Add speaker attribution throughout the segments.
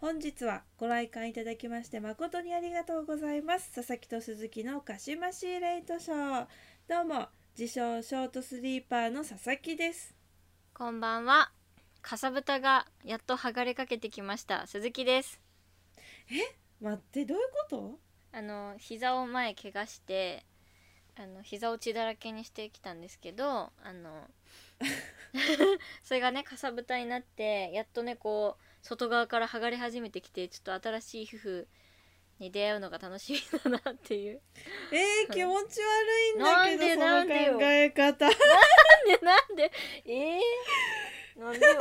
Speaker 1: 本日はご来館いただきまして誠にありがとうございます佐々木と鈴木のカシマシーレイトショーどうも自称ショートスリーパーの佐々木です
Speaker 2: こんばんは。かさぶたがやっと剥がれかけてきました。鈴木です。
Speaker 1: 待ってどういうこと
Speaker 2: あの膝を前怪我して、あの膝を血だらけにしてきたんですけど、あのそれがねかさぶたになってやっとねこう外側から剥がれ始めてきて、ちょっと新しい皮膚に出会うのが楽しみだなっていう。
Speaker 1: えー、
Speaker 2: はい
Speaker 1: 気持ち悪いんだけど
Speaker 2: なんで
Speaker 1: その考え方
Speaker 2: なんでなんでえー、なんでよ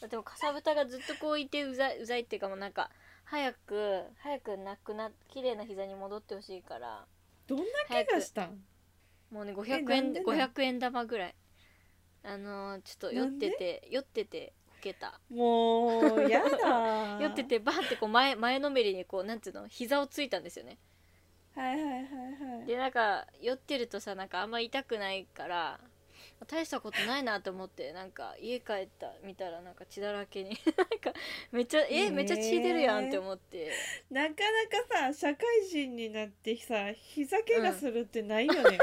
Speaker 2: だってもうかさぶたがずっとこういてうざいうざいっていうかもうなんか早く早くなくな綺麗な膝に戻ってほしいから
Speaker 1: どんな怪我したん
Speaker 2: もうね
Speaker 1: え
Speaker 2: 500
Speaker 1: なん
Speaker 2: 円
Speaker 1: でなん
Speaker 2: 500円玉ぐらいあのーちょっと酔ってて酔っててこけた
Speaker 1: もうやだ
Speaker 2: 酔っててバーってこう前前のめりにこうなんつうの膝をついたんですよね
Speaker 1: はいはいはいはい
Speaker 2: でなんか酔ってるとさなんかあんま痛くないから大したことないなと思ってなんか家帰った見たらなんか血だらけに なんかめっちゃえ
Speaker 1: ねえ
Speaker 2: めっちゃ血出るやんって思って、
Speaker 1: なかなかさ社会人になってさ膝怪我するってないよね、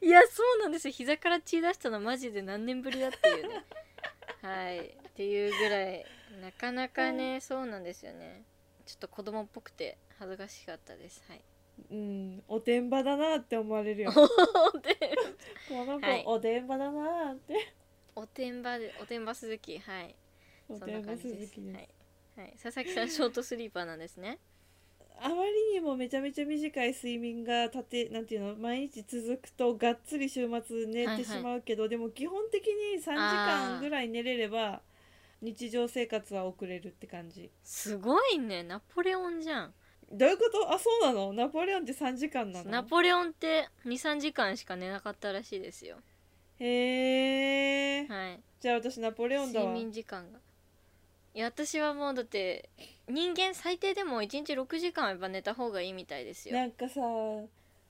Speaker 2: いやそうなんですよ膝から血出したのマジで何年ぶりだっていう ねはいっていうぐらいなかなかね、そうなんですよねちょっと子供っぽくて恥ずかしかったです はい
Speaker 1: うん、おてんばだなって思われるよ。
Speaker 2: で
Speaker 1: この子、
Speaker 2: はい
Speaker 1: おてんばだなって。
Speaker 2: おてんばでおてんば鈴木はい
Speaker 1: お
Speaker 2: そ
Speaker 1: て
Speaker 2: んなん
Speaker 1: ば
Speaker 2: 感じ
Speaker 1: 鈴
Speaker 2: です
Speaker 1: 木です、
Speaker 2: はい、はい、佐々木さんショートスリーパーなんですね
Speaker 1: あまりにもめちゃめちゃ短い睡眠がたて、なんていうの、毎日続くとがっつり週末寝
Speaker 2: はいは
Speaker 1: て
Speaker 2: い
Speaker 1: しまうけど、でも基本的に3時
Speaker 2: あ
Speaker 1: 間
Speaker 2: ー
Speaker 1: ぐらい寝れれば日常生活は送れるって感じ。
Speaker 2: すごいねナポレオンじゃん
Speaker 1: どういうことあ、そうなのナポレオンって3時間な
Speaker 2: ナ
Speaker 1: の
Speaker 2: ポレオンって23時間しか寝なかったらしいですよ
Speaker 1: へえ、
Speaker 2: はい
Speaker 1: じゃあ私ナポレオンだ
Speaker 2: 睡
Speaker 1: わ。
Speaker 2: 眠時間がいや私はもうだって人間最低でも1日6時間はやっぱ寝た方がいいみたいですよ
Speaker 1: なんかさ、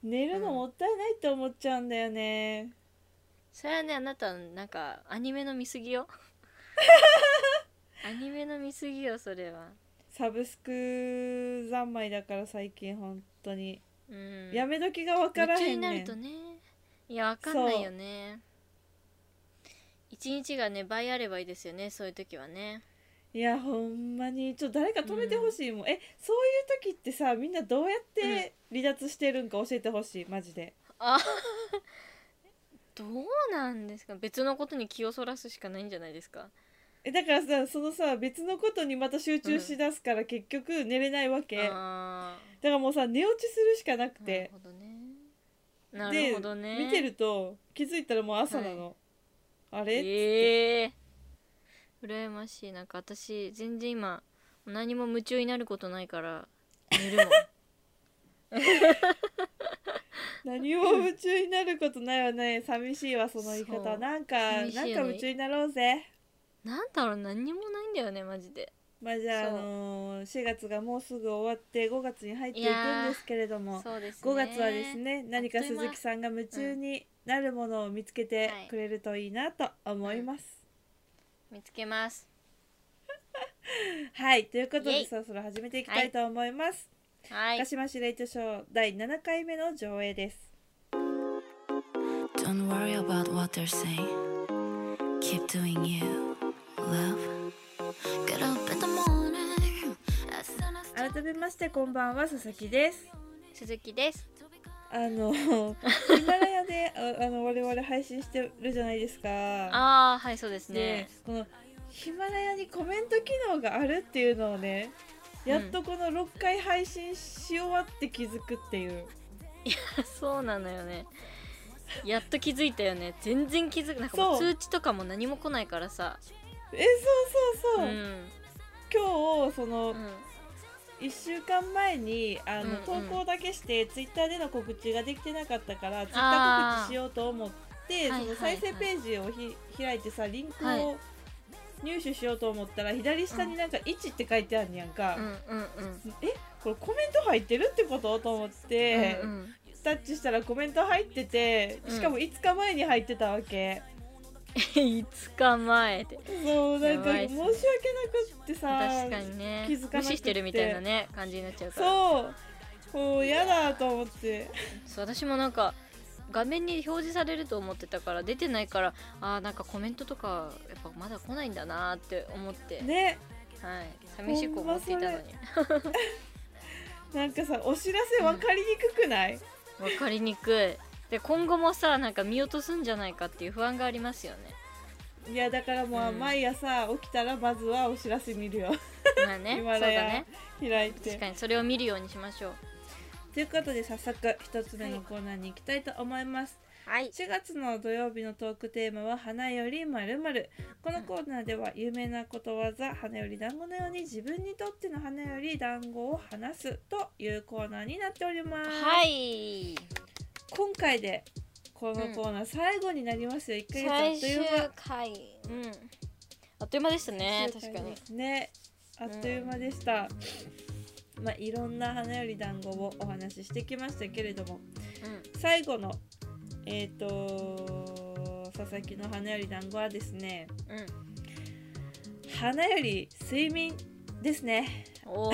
Speaker 1: 寝るのもったいないって思っちゃうんだよね。
Speaker 2: それはねあなたなんかアニメの見過ぎよ アニメの見過ぎよそれは
Speaker 1: サブスク三昧だから最近本当に、
Speaker 2: うん
Speaker 1: やめ時が分からへんね
Speaker 2: 夢中になる
Speaker 1: ん
Speaker 2: とねいやわかんないよね一日がね倍あればいいですよねそういう時はね
Speaker 1: いやほんまにちょっと誰か止めてほしいもん、えそういう時ってさみんなどうやって離脱してるんか教えてほしいマジで
Speaker 2: どうなんですか別のことに気をそらすしかないんじゃないですか
Speaker 1: えだからさそのさ別のことにまた集中しだすから結局寝れないわけ、だか
Speaker 2: あ
Speaker 1: らもうさ寝落ちするしかなくて
Speaker 2: ーなるほどねなるほどね
Speaker 1: で見てると気づいたらもう朝なの、あれ、
Speaker 2: ええー、羨ましいなんか私全然今何も夢中になることないから寝 るもん
Speaker 1: 何も夢中になることないわね寂しいわその言い
Speaker 2: そ
Speaker 1: 方
Speaker 2: う
Speaker 1: なんか、
Speaker 2: 寂しい
Speaker 1: なん
Speaker 2: よね
Speaker 1: か夢中になろうぜ
Speaker 2: なんだろう何にもないんだよねマジで
Speaker 1: まあじゃあ、あ
Speaker 2: そう
Speaker 1: のー4月がもうすぐ終わって5月に入っていく
Speaker 2: いや
Speaker 1: ん
Speaker 2: ー
Speaker 1: ですけれども
Speaker 2: そうですね
Speaker 1: 5月はですね何か
Speaker 2: あっという間
Speaker 1: 鈴木さんが夢中になるものを見つけて
Speaker 2: はい
Speaker 1: くれるといいなと思います。
Speaker 2: 見つけます
Speaker 1: はい、ということ
Speaker 2: イェ
Speaker 1: で
Speaker 2: イ
Speaker 1: そろそろ始めていきたいと思います。
Speaker 2: はい
Speaker 1: 鹿島市レイトショー第7回目の上映です。
Speaker 3: Don't worry about what they're saying. Keep doing you, love. Get up in the morning. as soon as-
Speaker 1: 改めましてこんばんは佐々木です。
Speaker 2: 鈴木です
Speaker 1: あ のヒマラヤでああの我々配信してるじゃないですか。
Speaker 2: ああはいそうです
Speaker 1: で
Speaker 2: ね
Speaker 1: このヒマラヤにコメント機能があるっていうのをねやっとこの6回配信し終わって気づくっていう、
Speaker 2: そうなのよねやっと気づいたよね全然気づくなんかもう
Speaker 1: そう
Speaker 2: 通知とかも何も来ないからさ
Speaker 1: えそうそうそうう、
Speaker 2: ん
Speaker 1: 今日その
Speaker 2: うん
Speaker 1: 1週間前にあの、
Speaker 2: うんうん
Speaker 1: 投稿だけしてツイッターでの告知ができてなかったからツイッター告知しようと思って
Speaker 2: ー
Speaker 1: そ
Speaker 2: はい
Speaker 1: の
Speaker 2: はいはい
Speaker 1: 再生ページをひ開いてさリンク
Speaker 2: は
Speaker 1: を
Speaker 2: い
Speaker 1: 入手しようと思ったら左下になんか1って書いてあるんやんか、
Speaker 2: うんうんうん
Speaker 1: えこれコメント入ってるってことと思って、
Speaker 2: うんうん
Speaker 1: タッチしたらコメント入っててしかも5日前に入ってたわけ、
Speaker 2: 5日前で
Speaker 1: そうなんか
Speaker 2: やばい
Speaker 1: 申
Speaker 2: っ
Speaker 1: し
Speaker 2: すね
Speaker 1: 訳なくってさ
Speaker 2: 確かにね
Speaker 1: 気づかなくて
Speaker 2: 無視してるみたいなね感じになっちゃうから
Speaker 1: そうもう嫌だと思って
Speaker 2: そう私もなんか画面に表示されると思ってたから出てないからあーなんかコメントとかやっぱまだ来ないんだなーって思って、
Speaker 1: ね
Speaker 2: はい、寂しく思っていたのに
Speaker 1: なんかさお知らせ分かりにくくない、
Speaker 2: 分かりにくいで今後もさなんか見落とすんじゃないかっていう不安がありますよね
Speaker 1: いやだからもう、
Speaker 2: うん
Speaker 1: 毎朝起きたらまずはお知らせ見るよ
Speaker 2: まあね
Speaker 1: ヒ
Speaker 2: そうだ
Speaker 1: マラヤ
Speaker 2: ね
Speaker 1: 開い
Speaker 2: 確か
Speaker 1: て
Speaker 2: にそれを見るようにしましょう
Speaker 1: ということで早速一つ目のコーナーに行きたいと思います
Speaker 2: はい
Speaker 1: 4月の土曜日のトークテーマは「花よりまるまるこのコーナーでは有名なことわざ「花より団子のように自分にとっての花より団子を話す」というコーナーになっております、
Speaker 2: はい
Speaker 1: 今回でこのコーナー最後になりますよ、一ヶ
Speaker 2: 最
Speaker 1: 月
Speaker 2: 終
Speaker 1: あっという間
Speaker 2: 回うんあっという間でしたね
Speaker 1: 最終
Speaker 2: 確
Speaker 1: 回
Speaker 2: かに
Speaker 1: ですねあっという間でした、まあいろんな花より団子をお話ししてきましたけれども
Speaker 2: う
Speaker 1: 最後のえっ、と佐々木の花より団子はですね、
Speaker 2: んうん
Speaker 1: 花より睡眠ですね
Speaker 2: お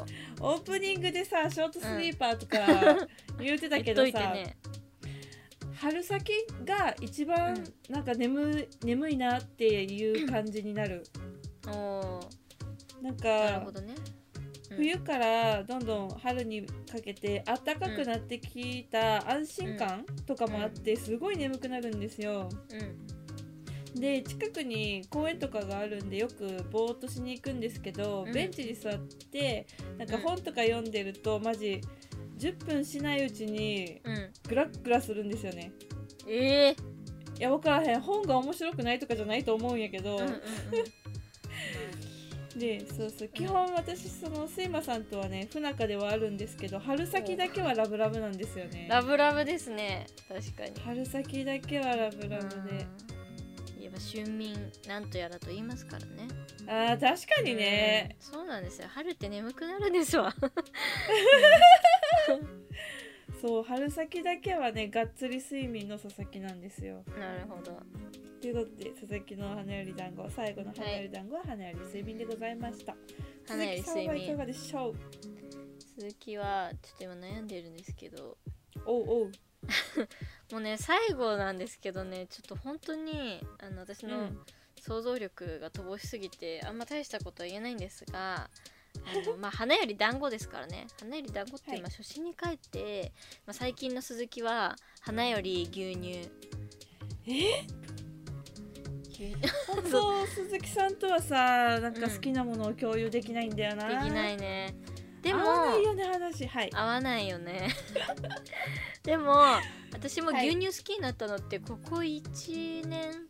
Speaker 2: お
Speaker 1: オープニングでさショートスリーパーとか言ってた
Speaker 2: 言
Speaker 1: け
Speaker 2: っ
Speaker 1: ど
Speaker 2: と
Speaker 1: さ、
Speaker 2: いてね
Speaker 1: 春先が一番
Speaker 2: うん
Speaker 1: なんか眠い眠いなっていう感じになる、
Speaker 2: おおー
Speaker 1: なん
Speaker 2: な
Speaker 1: か
Speaker 2: るほどね、うん
Speaker 1: 冬からどんどん春にかけて暖かくなってきた安心感とかもあってすごい眠くなるんですよ
Speaker 2: うん
Speaker 1: で近くに公園とかがあるんでよくぼーっとしに行くんですけど、
Speaker 2: うん
Speaker 1: ベンチに座ってなんか
Speaker 2: うん
Speaker 1: 本とか読んでるとマジ10分しないうちに
Speaker 2: うん
Speaker 1: グラッグラするんですよね
Speaker 2: ええ
Speaker 1: いや分からへん本が面白くないとかじゃないと思うんやけど、
Speaker 2: ー、 うんうんうん
Speaker 1: でそうそう基本私その睡魔さんとはね不仲ではあるんですけど春先だけはラブラブなんですよね
Speaker 2: ラブラブですね確かに
Speaker 1: 春先だけはラブラブで
Speaker 2: うん言えば春眠なんとやらと言いますからね
Speaker 1: あー確かにね、
Speaker 2: うんそうなんですよ春って眠くなるんですわ
Speaker 1: そう春先だけはねがっつり睡眠の佐々木 なんですよ
Speaker 2: なるほど
Speaker 1: ということで佐々木の花より団子最後の花より団子は花より睡眠でございました、
Speaker 2: 花より
Speaker 1: 鈴木さ
Speaker 2: 睡
Speaker 1: んはいか
Speaker 2: 眠
Speaker 1: がでしょう
Speaker 2: 鈴木はちょっと今悩んでるんですけど
Speaker 1: おうおう
Speaker 2: もうね最後なんですけどねちょっと本当にあの私
Speaker 1: う
Speaker 2: の
Speaker 1: ん
Speaker 2: 想像力が乏しすぎてあんま大したことは言えないんですがあ のまあ花より団子ですからね花より団子って
Speaker 1: はい
Speaker 2: 今初心に帰って、まあ、最近の鈴木は花より牛乳
Speaker 1: え
Speaker 2: 牛乳
Speaker 1: 本当鈴木さんとはさなんか好きなものを共有できないんだよな、
Speaker 2: できないいねでも
Speaker 1: 合わないよね話はい
Speaker 2: 合わない よねでも私も牛乳好きになったのってここ1年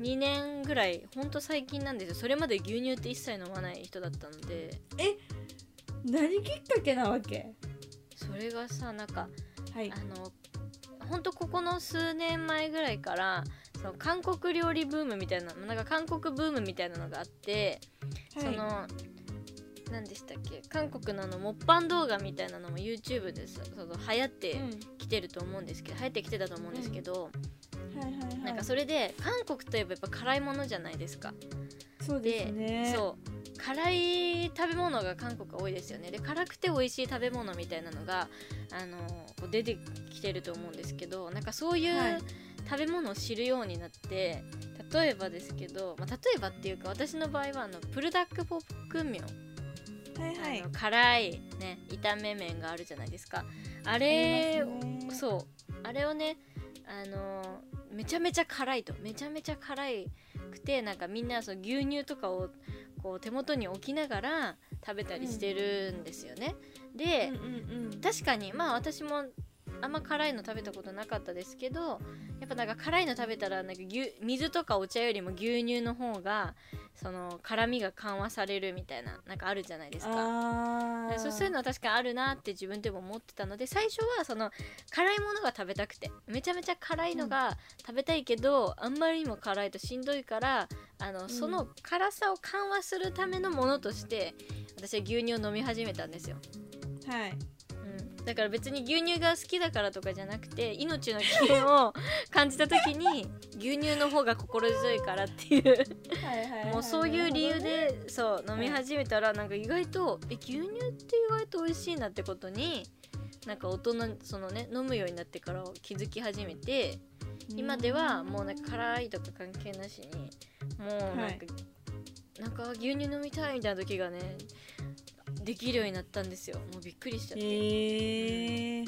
Speaker 2: 2年ぐらいほんと最近なんですよそれまで牛乳って一切飲まない人だったので
Speaker 1: 何きっかけなわけ
Speaker 2: それがさなんか
Speaker 1: はい
Speaker 2: あのほんとここの数年前ぐらいからその韓国料理ブームみたいななんか韓国ブームみたいなのがあって、そ
Speaker 1: は
Speaker 2: の何でしたっけ韓国のあのモッパン動画みたいなのも YouTube でさその流行っ
Speaker 1: い、
Speaker 2: て
Speaker 1: うん、
Speaker 2: きてると思うんですけど流行ってきてたと思うんですけど、
Speaker 1: はいはいはい
Speaker 2: なんかそれで韓国といえばやっぱ辛いものじゃないですか、
Speaker 1: そうですね
Speaker 2: そう辛い食べ物が韓国は多いですよねで辛くて美味しい食べ物みたいなのがあのこう出てきてると思うんですけどなんかそうい
Speaker 1: はいう
Speaker 2: 食べ物を知るようになって例えばですけど、まあ、例えばっていうか私の場合はあのプルダックポックンミョン
Speaker 1: はいはい
Speaker 2: あの辛い、ね、炒め麺があるじゃないですかあ
Speaker 1: え
Speaker 2: れ
Speaker 1: ねう
Speaker 2: そうあれをねあのーめちゃめちゃ辛いとめちゃめちゃ辛いくてなんかみんなその牛乳とかをこう手元に置きながら食べたりしてるんですよね、で、
Speaker 1: んうんうん
Speaker 2: 確かにまあ私もあんま辛いの食べたことなかったですけどやっぱなんか辛いの食べたらなんか牛水とかお茶よりも牛乳の方がその辛みが緩和されるみたいななんかあるじゃないですか。
Speaker 1: あー
Speaker 2: そうそういうのは確かにあるなって自分でも思ってたので最初はその辛いものが食べたくてめちゃめちゃ辛いのが食べたいけど、あんまりにも辛いとしんどいからあの、
Speaker 1: ん
Speaker 2: その辛さを緩和するためのものとして私は牛乳を飲み始めたんですよ。
Speaker 1: はい
Speaker 2: うんだから別に牛乳が好きだからとかじゃなくて命の危険を感じた時に牛乳の方が心強いからっていう
Speaker 1: はいはいはい
Speaker 2: もうそういう理由で、そう飲み
Speaker 1: はい
Speaker 2: 始めたらなんか意外とえ牛乳って意外と美味しいなってことになんか大人そのね飲むようになってから気づき始めて今ではもうなんか辛いとか関係なしにもうなんか、
Speaker 1: はい
Speaker 2: なんか牛乳飲みたいみたいな時がねできるようになったんですよもうびっくりしちゃっ
Speaker 1: へ
Speaker 2: て、
Speaker 1: えー、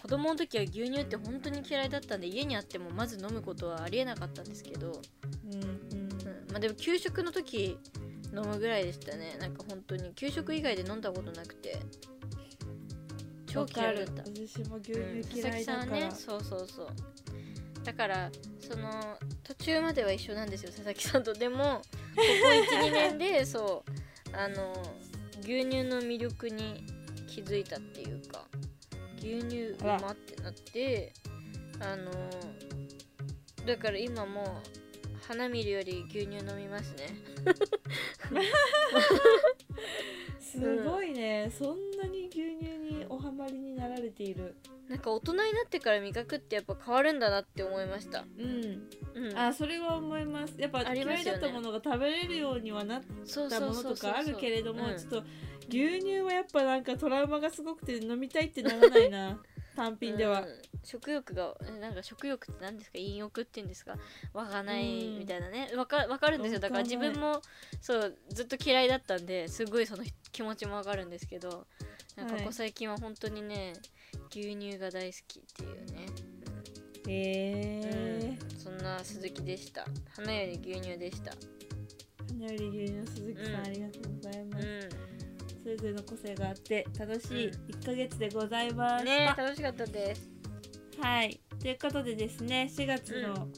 Speaker 2: 子供の時は牛乳って本当に嫌いだったんで家にあってもまず飲むことはありえなかったんですけど、
Speaker 1: うんうん
Speaker 2: うんまあでも給食の時飲むぐらいでしたねなんか本当に給食以外で飲んだことなくて超嫌いだった
Speaker 1: わかる私も牛
Speaker 2: うん
Speaker 1: 乳嫌いだから、
Speaker 2: 佐々木さんはねそうそうそうだからその途中までは一緒なんですよ佐々木さんとでもここ12 年でそうあの牛乳の魅力に気づいたっていうか牛乳うまってなってあのだから今もう花見るより牛乳飲みますね
Speaker 1: すごいね、そんなに牛乳におはまりになられている
Speaker 2: なんか大人になってから味覚ってやっぱ変わるんだなって思いました
Speaker 1: うん
Speaker 2: うん
Speaker 1: あそれは思いますやっぱ
Speaker 2: ありま
Speaker 1: 嫌い
Speaker 2: すよ
Speaker 1: だ
Speaker 2: ね
Speaker 1: ったものが食べれるようにはなっ
Speaker 2: そう
Speaker 1: た
Speaker 2: そ
Speaker 1: も
Speaker 2: う
Speaker 1: の
Speaker 2: そ
Speaker 1: と
Speaker 2: うそう
Speaker 1: かあるけれども
Speaker 2: うん
Speaker 1: ちょっと牛乳はやっぱなんかトラウマがすごくて飲みたいってならない な単品では、
Speaker 2: うん食欲がえなんか食欲って何ですか飲欲っていうんですか湧かない
Speaker 1: うん
Speaker 2: みたいなねわかわかるんですよだから
Speaker 1: 湧か
Speaker 2: 自
Speaker 1: ない
Speaker 2: 分もそうずっと嫌いだったんですごいその気持ちもわかるんですけどなんか
Speaker 1: はい
Speaker 2: ここ最近は本当にね牛乳が大好きっていうね、
Speaker 1: へえ
Speaker 2: うん、そんな鈴木でした花より牛乳でした
Speaker 1: 花より牛乳の鈴木さん、
Speaker 2: うん
Speaker 1: ありがとうございうま
Speaker 2: ん
Speaker 1: す、それぞれの個性があって楽しい
Speaker 2: うん
Speaker 1: 1ヶ月でございました、
Speaker 2: ね楽しかったです
Speaker 1: はいということでですね4月の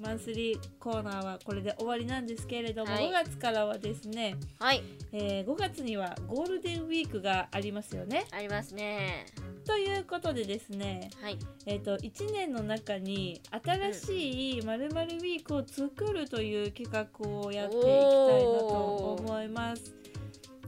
Speaker 1: マンスリーコーナーはこれで終わりなんですけれども、
Speaker 2: はい
Speaker 1: 5月からはですね、
Speaker 2: はい
Speaker 1: えー5月にはゴールデンウィークがありますよね。
Speaker 2: ありますね
Speaker 1: ということでですね、
Speaker 2: はい
Speaker 1: えー、と1年の中に新しいまるウィークを作るという企画をやっていきたいなと思います。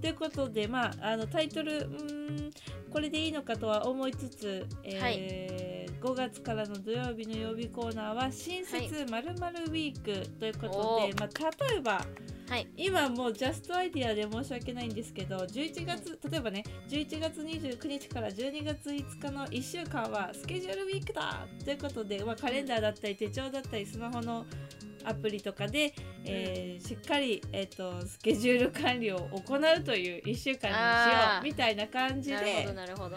Speaker 1: ということで、まあ、あのタイトルうーんこれでいいのかとは思いつつ、えー5月からの土曜日の曜日コーナーは「新設まるウィーク」ということで、
Speaker 2: お
Speaker 1: まあ、例えば
Speaker 2: はい
Speaker 1: 今もうジャストアイディアで申し訳ないんですけど11月例えばね11月29日から12月5日の1週間はスケジュールウィークだということで、まあ、カレンダーだったり手帳だったりスマホのアプリとかで、えーしっかり、えー、とスケジュール管理を行うという1週間にしよ
Speaker 2: あー
Speaker 1: うみたいな感じ
Speaker 2: なるほど
Speaker 1: で
Speaker 2: なるほど、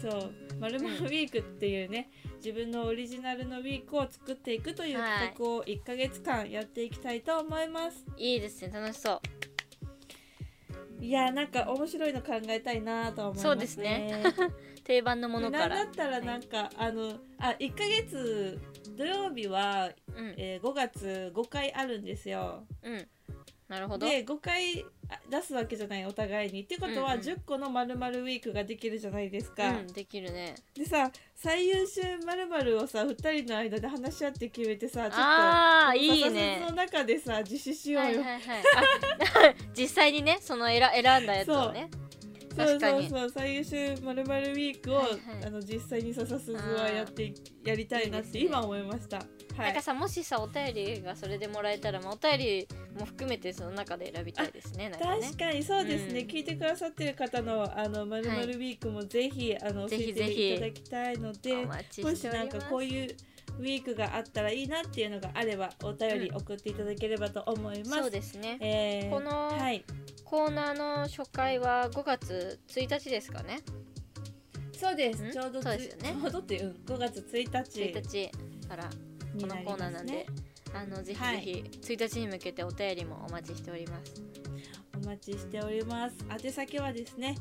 Speaker 1: そう「まるまるウィーク」っていうね自分のオリジナルのウィークを作っていくという企画を1ヶ月間やっていきたいと思います。
Speaker 2: うんいいですね楽しそう
Speaker 1: いやーなんか面白いの考えたいなとは思いますね。
Speaker 2: そうですね 定番のもの
Speaker 1: な
Speaker 2: か
Speaker 1: んだ
Speaker 2: ら
Speaker 1: ったらなんか、あのあ1ヶ月土曜日は、
Speaker 2: うん
Speaker 1: えー5月5回あるんですよ。
Speaker 2: うん。なるほど。
Speaker 1: で5回あ出すわけじゃないお互いに。ってことは
Speaker 2: うんうん
Speaker 1: 10個のまるまるウィークができるじゃないですか。
Speaker 2: うん、できるね。
Speaker 1: でさ最優秀まるまるをさ2人の間で話し合って決めてさちょっと
Speaker 2: ああ、いい
Speaker 1: 摩
Speaker 2: ね
Speaker 1: 擦。の中でさ実施しよう
Speaker 2: は
Speaker 1: よ。
Speaker 2: いはいはい。あ 実際にね、その選選んだやつをね。
Speaker 1: そう
Speaker 2: 確か
Speaker 1: そう
Speaker 2: に。
Speaker 1: そう最優秀まるまるウィークを、
Speaker 2: はいはい
Speaker 1: あの実際に笹鈴はやっていやりたいなっ
Speaker 2: い
Speaker 1: て
Speaker 2: いですね
Speaker 1: 今思いました。は
Speaker 2: なんか
Speaker 1: い。
Speaker 2: さ、もしさ、お便りがそれでもらえたら、まあ、お便りも含めてその中で選びたいですね。なんかね
Speaker 1: 確。かにそうですね、
Speaker 2: うん
Speaker 1: 聞いてくださってる方のあのまるまるウィークもぜひ、あの教
Speaker 2: ぜ
Speaker 1: え
Speaker 2: ひぜひ
Speaker 1: ていただきたいので
Speaker 2: お待ち
Speaker 1: も
Speaker 2: し
Speaker 1: して
Speaker 2: おり
Speaker 1: なん
Speaker 2: ま
Speaker 1: か
Speaker 2: す。
Speaker 1: こういうウィークがあったらいいなっていうのがあればお便り
Speaker 2: うん
Speaker 1: 送っていただければと思います。
Speaker 2: そうですね。
Speaker 1: えー
Speaker 2: この
Speaker 1: はい、
Speaker 2: コーナーの初回は5月1日ですかね。
Speaker 1: そうです
Speaker 2: ん
Speaker 1: ちょうどつ
Speaker 2: そうですよね
Speaker 1: ちょうどっていう、うん、5月1
Speaker 2: 1
Speaker 1: 日
Speaker 2: 日から
Speaker 1: に
Speaker 2: この
Speaker 1: なり
Speaker 2: コーナ
Speaker 1: ま
Speaker 2: ーな
Speaker 1: す
Speaker 2: んで
Speaker 1: ね。、
Speaker 2: あのぜひ
Speaker 1: は
Speaker 2: ぜ
Speaker 1: い
Speaker 2: ひ1日に向けてお便りもお待ちしております。
Speaker 1: お待ちしております。宛先はですね、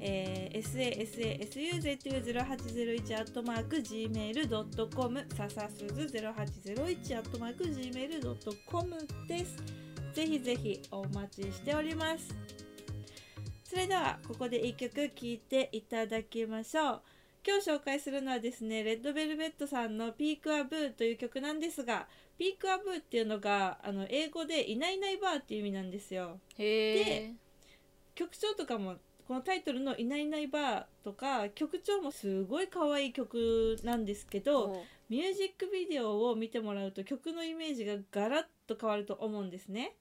Speaker 1: えー、sasasuzu0801-gmail.com ささすず 0801-gmail.com です。ぜひぜひお待ちしております。それではここで一曲聴いていただきましょう。今日紹介するのはですね、レッドベルベットさんのピークアブーという曲なんですが、ピークアブーっていうのがあの英語でいないいないバーっていう意味なんですよ。
Speaker 2: へえ
Speaker 1: で。曲調とかもこのタイトルの「いないいないばー」とか曲調もすごい可愛い曲なんですけど
Speaker 2: おう
Speaker 1: ミュージックビデオを見てもらうと曲のイメージがガラッと変わると思うんですね。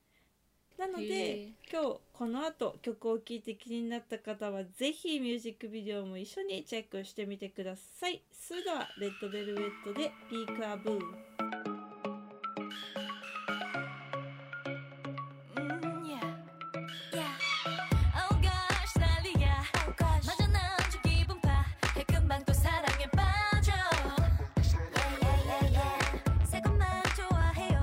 Speaker 1: なの
Speaker 2: へ
Speaker 1: で
Speaker 2: え
Speaker 1: 今日この後曲を聴いて気になった方はぜひミュージックビデオも一緒にチェックしてみてください。それではレッドベルベットでピークアブー。
Speaker 3: Mm, yeah. Yeah. Oh gosh, 난리야. 맞아, 난 아주 기분 파. 걔 금방 또 사랑에 빠져. Yeah, yeah, yeah, yeah. 새것만 좋아해요.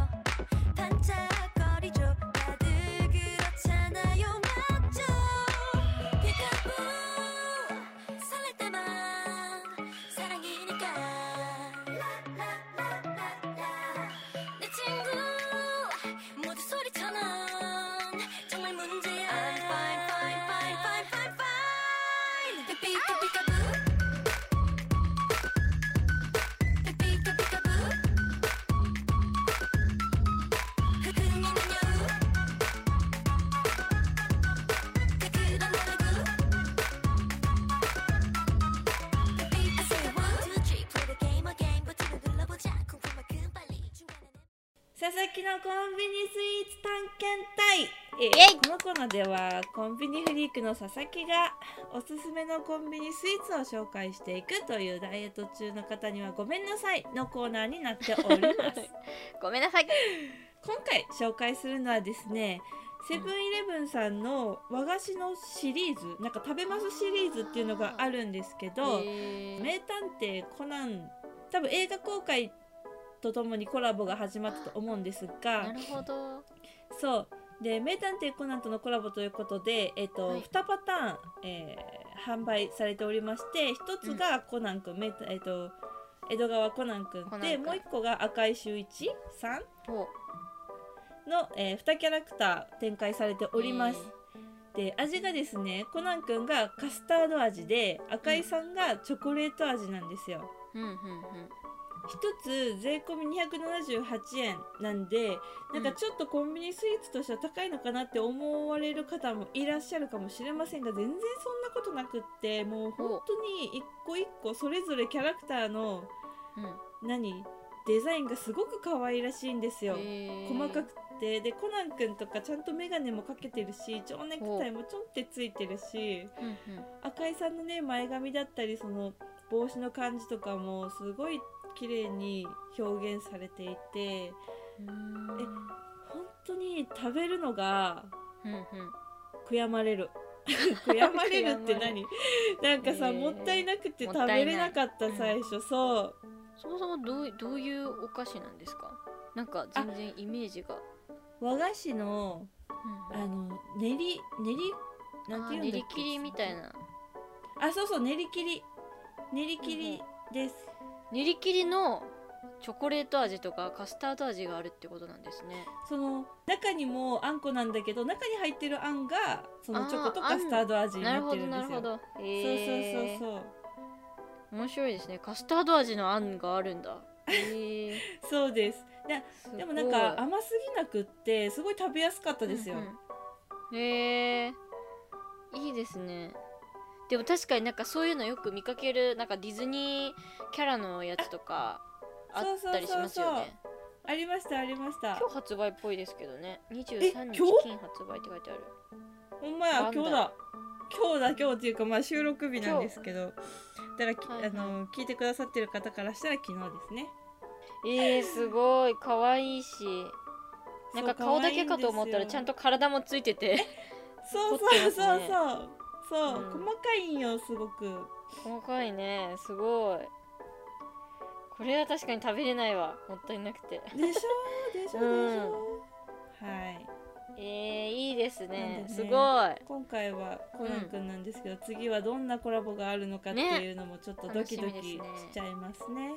Speaker 3: 반짝거리죠. 다들 그렇잖아요. 맞죠? 피카부. 설렐 때만 사랑이니까. 라라라라라. 내 친구 모두 소리쳐 넌 정말 문제야 I'm fine fine fine fine fine fine 삐삐까 삐까부 삐삐까 삐까부 흐흐는 여우 그그런 너라고 삐삐까 삐까부
Speaker 1: 佐々木のコンビニスイーツ探検隊、
Speaker 2: イ
Speaker 1: えーこのコーナーではコンビニフリークの佐々木がおすすめのコンビニスイーツを紹介していくというダイエット中の方にはごめんなさいのコーナーになっており ます
Speaker 2: ごめんなさい
Speaker 1: 今回紹介するのはですねセブンイレブンさんの和菓子のシリーズなんか食べますシリーズっていうのがあるんですけど、
Speaker 2: へー
Speaker 1: 名探偵コナン多分映画公開とともにコラボが始まったと思うんですが
Speaker 2: なるほど
Speaker 1: そうで「名探偵コナン」とのコラボということで、えっと
Speaker 2: はい
Speaker 1: 2パターン、えー販売されておりまして1つがコナンくん、めえっと江戸川コナンくん
Speaker 2: コナン
Speaker 1: で
Speaker 2: 君
Speaker 1: もう1個が赤井秀一さん
Speaker 2: お
Speaker 1: の、え2キャラクター展開されております。
Speaker 2: へー
Speaker 1: で味がですねコナンくんがカスタード味で赤井さんがチョコレート味なんですよ。
Speaker 2: うんうんうん
Speaker 1: 1つ税込み278円なんでなんか
Speaker 2: うん
Speaker 1: ちょっとコンビニスイーツとしては高いのかなって思われる方もいらっしゃるかもしれませんが全然そんなことなくってもう本当に一個一個それぞれキャラクターの
Speaker 2: うん
Speaker 1: 何デザインがすごく可愛らしいんですよ。
Speaker 2: へー
Speaker 1: 細かくてでコナンくんとかちゃんと眼鏡もかけてるし蝶ネクタイもちょんってついてるし
Speaker 2: うんうん
Speaker 1: 赤井さんのね前髪だったりその帽子の感じとかもすごい綺麗に表現されていて
Speaker 2: うん
Speaker 1: 本当に食べるのが
Speaker 2: うんうん
Speaker 1: 悔やまれる 悔やまれるって
Speaker 2: 悔やまれ
Speaker 1: 何なんかさ、
Speaker 2: えー
Speaker 1: もったいなくて
Speaker 2: も
Speaker 1: 食
Speaker 2: ったいない
Speaker 1: べれなかった
Speaker 2: うん
Speaker 1: 最初、そう
Speaker 2: そもそもどういどういうお菓子なんですかなんか全然イメージが、
Speaker 1: 和菓子の
Speaker 2: うん
Speaker 1: あの練り練りなん
Speaker 2: あ
Speaker 1: ていうんだっけ
Speaker 2: 練り切りみたいな
Speaker 1: あそうそう練り切り練り切りです、
Speaker 2: 練り切りのチョコレート味とかカスタード味があるってことなんですね
Speaker 1: その中にもあんこなんだけど中に入ってるあんがそのチョコと
Speaker 2: あーあ
Speaker 1: カ
Speaker 2: ん
Speaker 1: スタード味に
Speaker 2: な
Speaker 1: な
Speaker 2: る
Speaker 1: っ
Speaker 2: ほ
Speaker 1: て
Speaker 2: ど
Speaker 1: るんで
Speaker 2: なる
Speaker 1: すよ
Speaker 2: ほど
Speaker 1: そう
Speaker 2: う
Speaker 1: そう
Speaker 2: 面白いですねカスタード味のあんがある んだへえ
Speaker 1: そうそうそうですでもなんか甘すぎなくってすごい食べやすかったですよ、
Speaker 2: うんうんへえいいですねでも確かになんかそういうのよく見かけるなんかディズニーキャラのやつとか
Speaker 1: あ
Speaker 2: あったりしますよね
Speaker 1: ありましたありました
Speaker 2: 今日発売っぽいですけどね
Speaker 1: え
Speaker 2: 23
Speaker 1: 今日
Speaker 2: 日金発売って書いてある
Speaker 1: ほんまや今
Speaker 2: なんだ
Speaker 1: 日だ今日だ今日っていうかまあ収録日なんですけどだからき、
Speaker 2: はいはい
Speaker 1: あの聞いてくださってる方からしたら昨日ですね
Speaker 2: えー、すごい可愛いしなんか
Speaker 1: そう
Speaker 2: 顔だけかと思ったらちゃんと体もついてて
Speaker 1: そう
Speaker 2: 凝って
Speaker 1: そう
Speaker 2: ま
Speaker 1: そ
Speaker 2: す
Speaker 1: う
Speaker 2: ね
Speaker 1: そうそう、
Speaker 2: うん
Speaker 1: 細かいんよすごく
Speaker 2: 細かいねすごいこれは確かに食べれないわもったいなくて
Speaker 1: でしょでしょでしょ、はい
Speaker 2: えー、いいです
Speaker 1: なん
Speaker 2: ね
Speaker 1: ですね
Speaker 2: ごい
Speaker 1: 今回はコナンくんなんですけど、次はどんなコラボがあるのかっていうのもちょっとドキド
Speaker 2: 楽し
Speaker 1: キし
Speaker 2: みですね
Speaker 1: ちゃいますね。
Speaker 2: は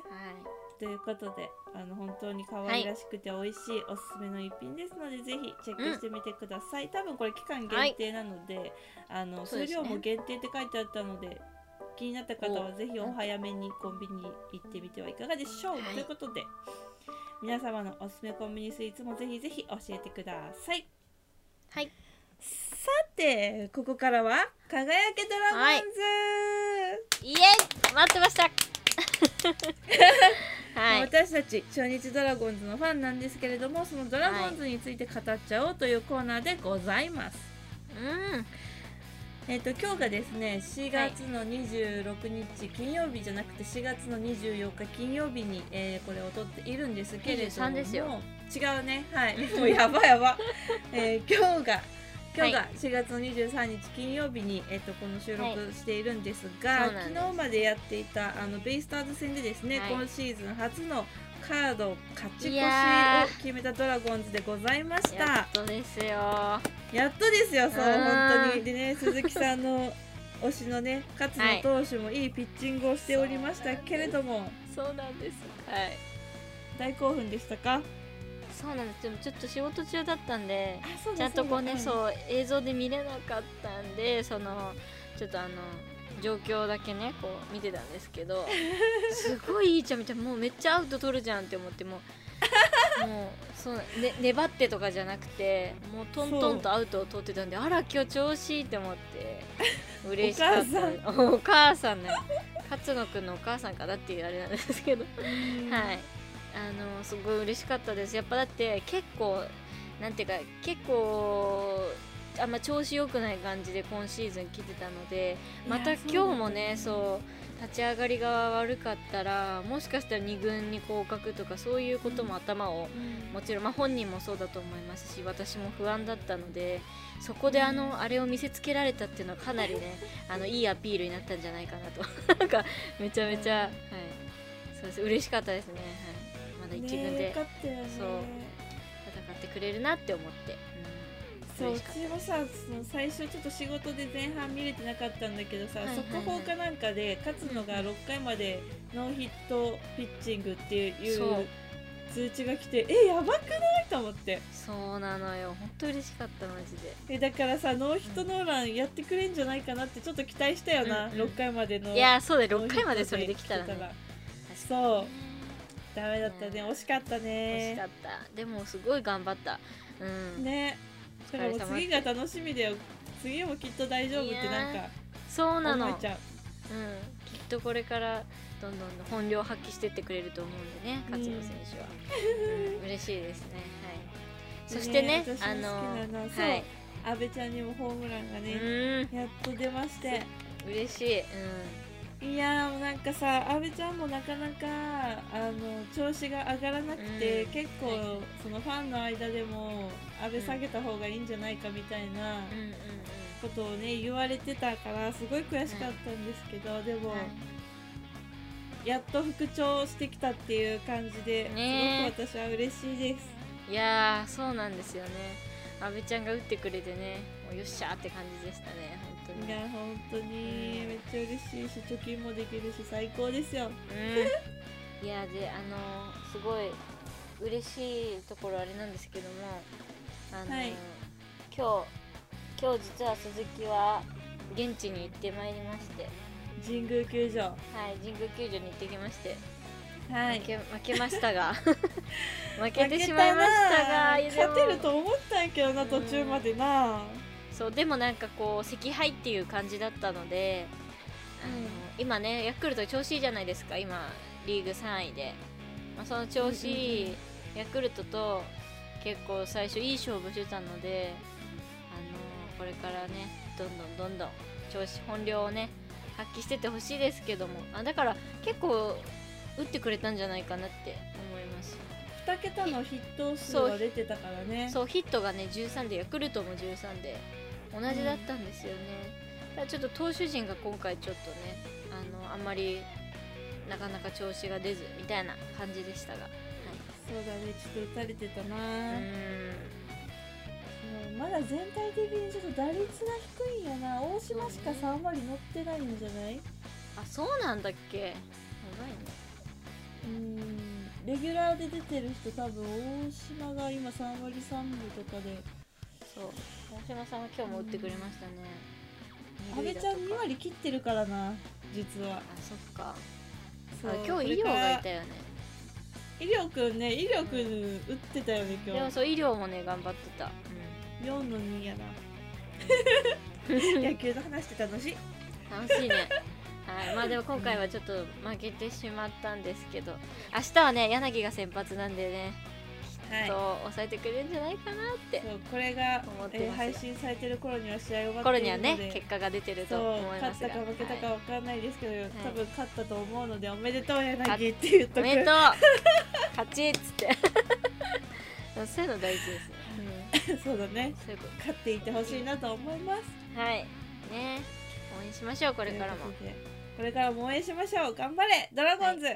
Speaker 1: ということであの本当に可愛らしくて美味しいおすすめの一品ですので、ぜひチェックしてみてください。多分これ期間限定なので、あの
Speaker 2: そう
Speaker 1: 数
Speaker 2: ですね
Speaker 1: 量も限定って書いてあったので。気になった方はぜひお早めにコンビニ行ってみてはいかがでしょう、
Speaker 2: はい
Speaker 1: ということで皆様のおすすめコンビニスイーツもぜひぜひ教えてください
Speaker 2: い、はい、
Speaker 1: さてここからは「輝けドラゴンズ」
Speaker 2: イエイ待ってました はい
Speaker 1: 私たち初日ドラゴンズのファンなんですけれどもそのドラゴンズについて語っちゃおうというコーナーでございます、
Speaker 2: うん
Speaker 1: えっ、と今日がですね4月の26日金曜日じゃなくて4月の24日金曜日に、えーこれを撮っているんですけれども
Speaker 2: 23ですよ
Speaker 1: 違うねはい もうやばいやば、えー今日が今日が4月の23日金曜日に、えっとこの収
Speaker 2: はい
Speaker 1: 録しているんですが、
Speaker 2: そうなんです
Speaker 1: 昨日までやっていたあのベイスターズ戦でですね、
Speaker 2: はい
Speaker 1: 今シーズン初のカード勝ち越
Speaker 2: い
Speaker 1: しを
Speaker 2: やー
Speaker 1: 決めたドラゴンズでございました。
Speaker 2: やっとですよ
Speaker 1: やっとですよ、そう、
Speaker 2: うん
Speaker 1: 本当に。でね、鈴木さんの推しのね、勝野投手もいいピッチングをしておりましたけれども、
Speaker 2: そうなんですはい
Speaker 1: 大興奮でしたか
Speaker 2: そうなんですでもちょっと仕事中だったんで
Speaker 1: あ、そう
Speaker 2: ちゃんとこうね
Speaker 1: う。
Speaker 2: そう映像で見れなかったんでそのちょっとあの状況だけねこう見てたんですけ どすごいいいじゃんみたいなもうめっちゃアウト取るじゃんって思っても うもうそう、ね、粘ってとかじゃなくてもうトントンとアウトを取ってたんであら今日調子いいって思 って嬉しかったお母お母さんね勝野くんのお母さんかなっていうあれなんですけどはい、あのすごい嬉しかったです。やっぱだって結構なんていうか結構あんま調子良くない感じで今シーズン来てたので、また今日もねそう立ち上がりが悪かったらもしかしたら2軍に降格とかそういうことも頭を、
Speaker 1: うん
Speaker 2: もちろん、まあ、本人もそうだと思いますし私も不安だったのでそこであの、あれを見せつけられたっていうのはかなり ねあのいいアピールになったんじゃないかなと なんかめちゃめちゃ、はい、そうです嬉しかったですね、はい、まだ一軍
Speaker 1: ね
Speaker 2: で
Speaker 1: よかったよね。
Speaker 2: そう戦ってくれるなって思って、
Speaker 1: そう、う
Speaker 2: 嬉しかっ
Speaker 1: ちもさ、その最初ちょっと仕事で前半見れてなかったんだけどさ、
Speaker 2: はいはいはい
Speaker 1: 速報かなんかで勝野が6回までノーヒットピッチングっていう
Speaker 2: そう
Speaker 1: 通知が来て、え、やばくないと思って。
Speaker 2: うんそうなのよ本当嬉しかったマジで
Speaker 1: えだからさノーヒットノーランやってくれんじゃないかなってちょっと期待したよな、
Speaker 2: うんうん
Speaker 1: 6回までの
Speaker 2: いやーそうだよ
Speaker 1: ノーヒット
Speaker 2: 6回までそれできたらね
Speaker 1: 来て
Speaker 2: 確か
Speaker 1: そうダメだったね
Speaker 2: うん
Speaker 1: 惜しかった
Speaker 2: に惜
Speaker 1: ね
Speaker 2: しかったでもすごい頑張ったうん
Speaker 1: ねだからもう
Speaker 2: お疲れ様
Speaker 1: 次が楽しみだよ次もきっと大丈夫ってなんか
Speaker 2: そうな
Speaker 1: 思
Speaker 2: の
Speaker 1: えちゃう
Speaker 2: うん、きっとこれからどんどん本領発揮してってくれると思うんでね勝野選手は、 うん嬉しいですねはいそしてね
Speaker 1: 私の
Speaker 2: あ
Speaker 1: 好きなの
Speaker 2: の
Speaker 1: そう
Speaker 2: はい
Speaker 1: 阿部ちゃんにもホームランが
Speaker 2: う
Speaker 1: ね、
Speaker 2: ん
Speaker 1: やっと出まして
Speaker 2: 嬉しい、うん、
Speaker 1: いやーもうなんかさ阿部ちゃんもなかなかあの調子が上がらなくて、
Speaker 2: うん
Speaker 1: 結構
Speaker 2: は
Speaker 1: そのファンの間でも阿部下げた方がいいんじゃないかみたいな
Speaker 2: うんうんうん
Speaker 1: ことをね言われてたからすごい悔しかったんですけど、でも、
Speaker 2: はい
Speaker 1: やっと復調してきたっていう感じで、
Speaker 2: ねー
Speaker 1: すごく私は嬉しいです。
Speaker 2: いやーそうなんですよね阿部ちゃんが打ってくれてねもうよっしゃーって感じでしたね本
Speaker 1: い
Speaker 2: 当に
Speaker 1: や本当にめっちゃ嬉しいし貯金もできるし最高ですよ。
Speaker 2: うん、 いやであのすごい嬉しいところあれなんですけどもあの、
Speaker 1: はい
Speaker 2: 今日今日実は鈴木は現地に行ってまいりまして、
Speaker 1: 神宮球場
Speaker 2: はい、神宮球場に行ってきまして、
Speaker 1: はい
Speaker 2: 負け負けましたが 負けてしまいましたが
Speaker 1: 負け
Speaker 2: い
Speaker 1: た
Speaker 2: や
Speaker 1: な勝
Speaker 2: でも
Speaker 1: てると思ったんやけどな途中までな
Speaker 2: そうでもなんかこう惜敗っていう感じだったので、あの
Speaker 1: うん
Speaker 2: 今ねヤクルト調子いいじゃないですか今リーグ3位で、まあ、その調子いい、
Speaker 1: うんうん
Speaker 2: ヤクルトと結構最初いい勝負してたのであのこれからねどんどんどんどん調子本領をね発揮してってほしいですけどもあだから結構打ってくれたんじゃないかなって思います
Speaker 1: 2桁のヒット数は出てたからね
Speaker 2: そうヒットがね13でヤクルトも13で同じだったんですよね、ただちょっと投手陣が今回ちょっとねあのあんまりなかなか調子が出ずみたいな感じでしたが
Speaker 1: そうだねちょっと打たれてたな、
Speaker 2: うーん
Speaker 1: そうまだ全体的にちょっと打率が低いんやな大島しかさあんまり乗ってないんじゃない
Speaker 2: あそうなんだっけやばいね
Speaker 1: うんレギュラーで出てる人多分大島が今3割3分とかで
Speaker 2: そう大島さんは今日も打ってくれましたね
Speaker 1: 阿部ちゃん2
Speaker 2: 二
Speaker 1: 割切ってるからな実は
Speaker 2: あそっか
Speaker 1: そう
Speaker 2: あ今日医
Speaker 1: これか
Speaker 2: 療
Speaker 1: ら
Speaker 2: がいたよね
Speaker 1: 医療くんね医療くん打ってたよね今
Speaker 2: でも
Speaker 1: 日
Speaker 2: そう医療もね頑張ってた、
Speaker 1: 4の2やな野球の話して楽しい
Speaker 2: 楽しいね。はい、まあでも今回はちょっと負けてしまったんですけど明日はね柳が先発なんでね
Speaker 1: はい
Speaker 2: そう抑えてくれるんじゃないかなって
Speaker 1: そうこれが
Speaker 2: 思ってます
Speaker 1: えー配信されてる頃には試合終わって
Speaker 2: 頃
Speaker 1: い
Speaker 2: に
Speaker 1: る
Speaker 2: は
Speaker 1: ので
Speaker 2: ね結果が出てると
Speaker 1: そう
Speaker 2: 思いま
Speaker 1: 勝っ
Speaker 2: すが
Speaker 1: たか負けたか
Speaker 2: はい
Speaker 1: わからないですけど、
Speaker 2: い
Speaker 1: 多分勝ったと思うのでおめでとう柳って言っ
Speaker 2: お
Speaker 1: とく
Speaker 2: めでとう勝ちっつって そういうの大事ですね、
Speaker 1: そうだね
Speaker 2: うん、そういうこ
Speaker 1: 勝っていてほしいなと思います
Speaker 2: とはいね応援しましょうこれからも
Speaker 1: ということでこれからも応援しましょう頑張れドラゴンズ、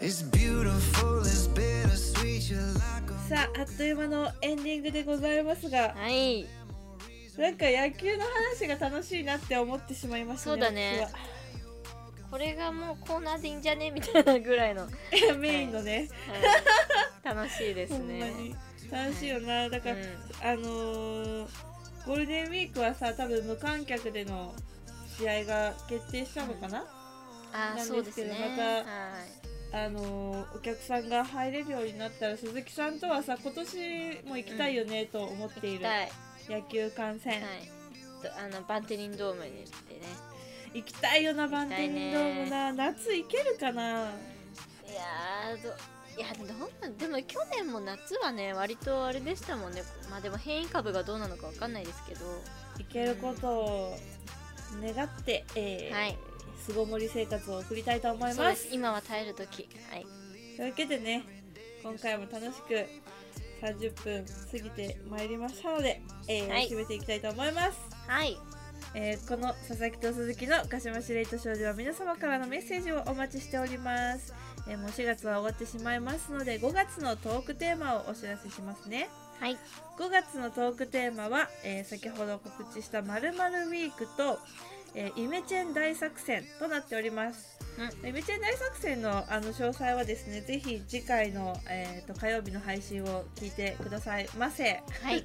Speaker 4: It's beautiful, it's bittersweet, you're like a
Speaker 1: さああっという間のエンディングでございますが
Speaker 2: はい
Speaker 1: なんか野球の話が楽しいなって思ってしまいました
Speaker 2: そうだねこれがもうコーナーでいいんじゃねみたいなぐらいの、はい
Speaker 1: 私は メインのね
Speaker 2: 楽しいで
Speaker 1: ほ
Speaker 2: す
Speaker 1: んま
Speaker 2: ね
Speaker 1: に楽しいよなだから、
Speaker 2: うん
Speaker 1: あのーゴールデンウィークはさ多分無観客での試合が決定したのかな、
Speaker 2: ああそうですね
Speaker 1: なんですけどまたあのーお客さんが入れるようになったら鈴木さんとはさ今年も行きたいよねと思って
Speaker 2: はい
Speaker 1: いる、
Speaker 2: 行きたい
Speaker 1: 野球観戦、
Speaker 2: はい、とあのバンテリンドームに行ってね
Speaker 1: 行きたいよなバンテリンドームな、夏行けるかない
Speaker 2: やーどいやどうなんでも去年も夏はね割とあれでしたもんねまあでも変異株がどうなのかわかんないですけど
Speaker 1: 行けることを願って、えー
Speaker 2: はい
Speaker 1: 巣ごもり生活を送りたいと思い
Speaker 2: そう
Speaker 1: ま
Speaker 2: ですす今は耐える時はい
Speaker 1: というわけでね今回も楽しく30分過ぎてまいりましたので、えー
Speaker 2: はい
Speaker 1: 締めていきたいと思います
Speaker 2: はい
Speaker 1: えーこの佐々木と鈴木の鹿島司令と少女は皆様からのメッセージをお待ちしております、えーもう4月は終わってしまいますので5月のトークテーマをお知らせしますね
Speaker 2: はい
Speaker 1: 5月のトークテーマは、えー先ほど告知した「まるまるウィークと」えーイメチェン大作戦」となっております、イメチェン大作戦のあの詳細はですねぜひ次回の、えーと火曜日の配信を聞いてくださいませ
Speaker 2: はい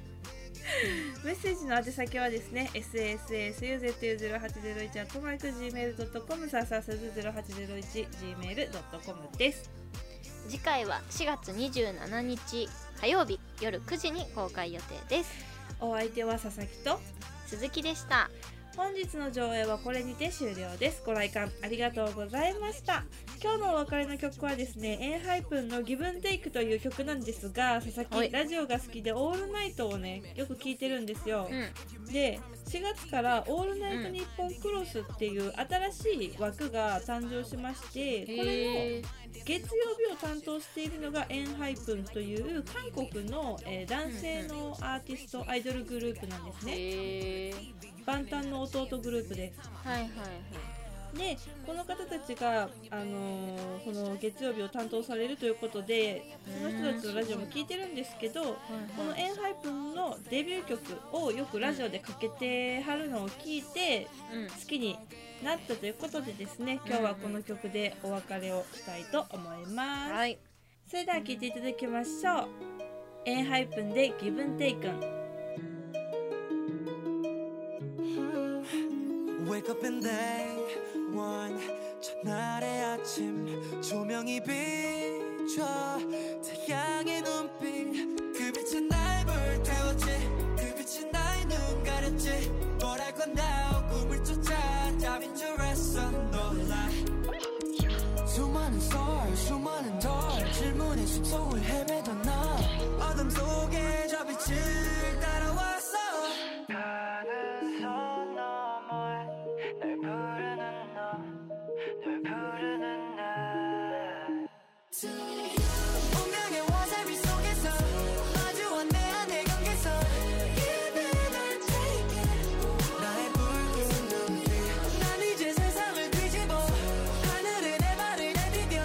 Speaker 1: メッセージの宛先はですね sasuzu0801-gmail.com ささすず 0801-gmail.com です
Speaker 2: 次回は4月27日火曜日夜9時に公開予定です
Speaker 1: お相手は佐々木と
Speaker 2: 鈴木でした
Speaker 1: 本日の上映はこれにて終了ですご来館ありがとうございました今日のお別れの曲はですねエンハイプンの「ギブンテイク」という曲なんですが佐々木、
Speaker 2: はい
Speaker 1: ラジオが好きで「オールナイト」をねよく聞いてるんですよ、
Speaker 2: うん
Speaker 1: で4月から「オールナイトニッポンクロス」っていう新しい枠が誕生しましてこれの
Speaker 2: へー
Speaker 1: 月曜日を担当しているのがエンハイプンという韓国の、えー男性のアーティストアイドルグループなんですね
Speaker 2: へー
Speaker 1: 万端の弟グループです
Speaker 2: はいはい
Speaker 1: でこの方たちが、あのーこの月曜日を担当されるということでその人たちのラジオも聞いてるんですけど
Speaker 2: はい
Speaker 1: このエンハイプンのデビュー曲をよくラジオでかけてはるのを聞いて
Speaker 2: うん
Speaker 1: 好きになったということでですね今日はこの曲でお別れをしたいと思います、
Speaker 2: はい
Speaker 1: それでは聴いていただきましょうエンハイプンでギブンテイクン
Speaker 4: Wake up in day one 첫날의 아침 조명이 비춰 태양의 눈빛 그 빛은 날 불태웠지 그 빛이 나의 눈 가렸지 뭐라고 now 꿈을 쫓아 잠이 줄었어 놀라 수많은 썰 수많은 덜 질문의 숲속을 헤매던 나 어둠 속에 저 빛을 따라왔어
Speaker 5: 다른 선 너머에 날 부르는 너널 부르는 나
Speaker 4: 운명의 와사비 속에서 마주한 내 안의 경계선 나의 붉은 눈빛 난 이제 세상을 뒤집어 하늘에 내 발을 내디뎌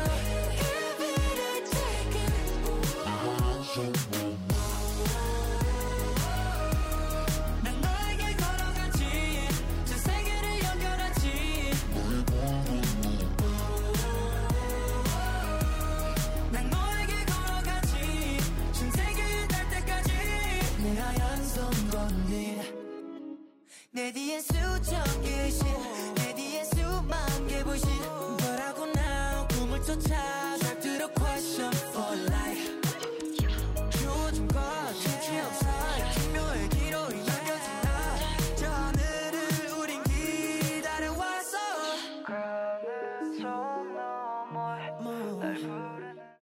Speaker 4: 난 너에게 걸어가지 저 세계를 연결하지 난 너에게 걸어가지 신세계 될 때까지 내 하얀 손 건네 내 뒤에 수천 개의 신내 뒤에 수만 개 불신 뭐라고 now 조차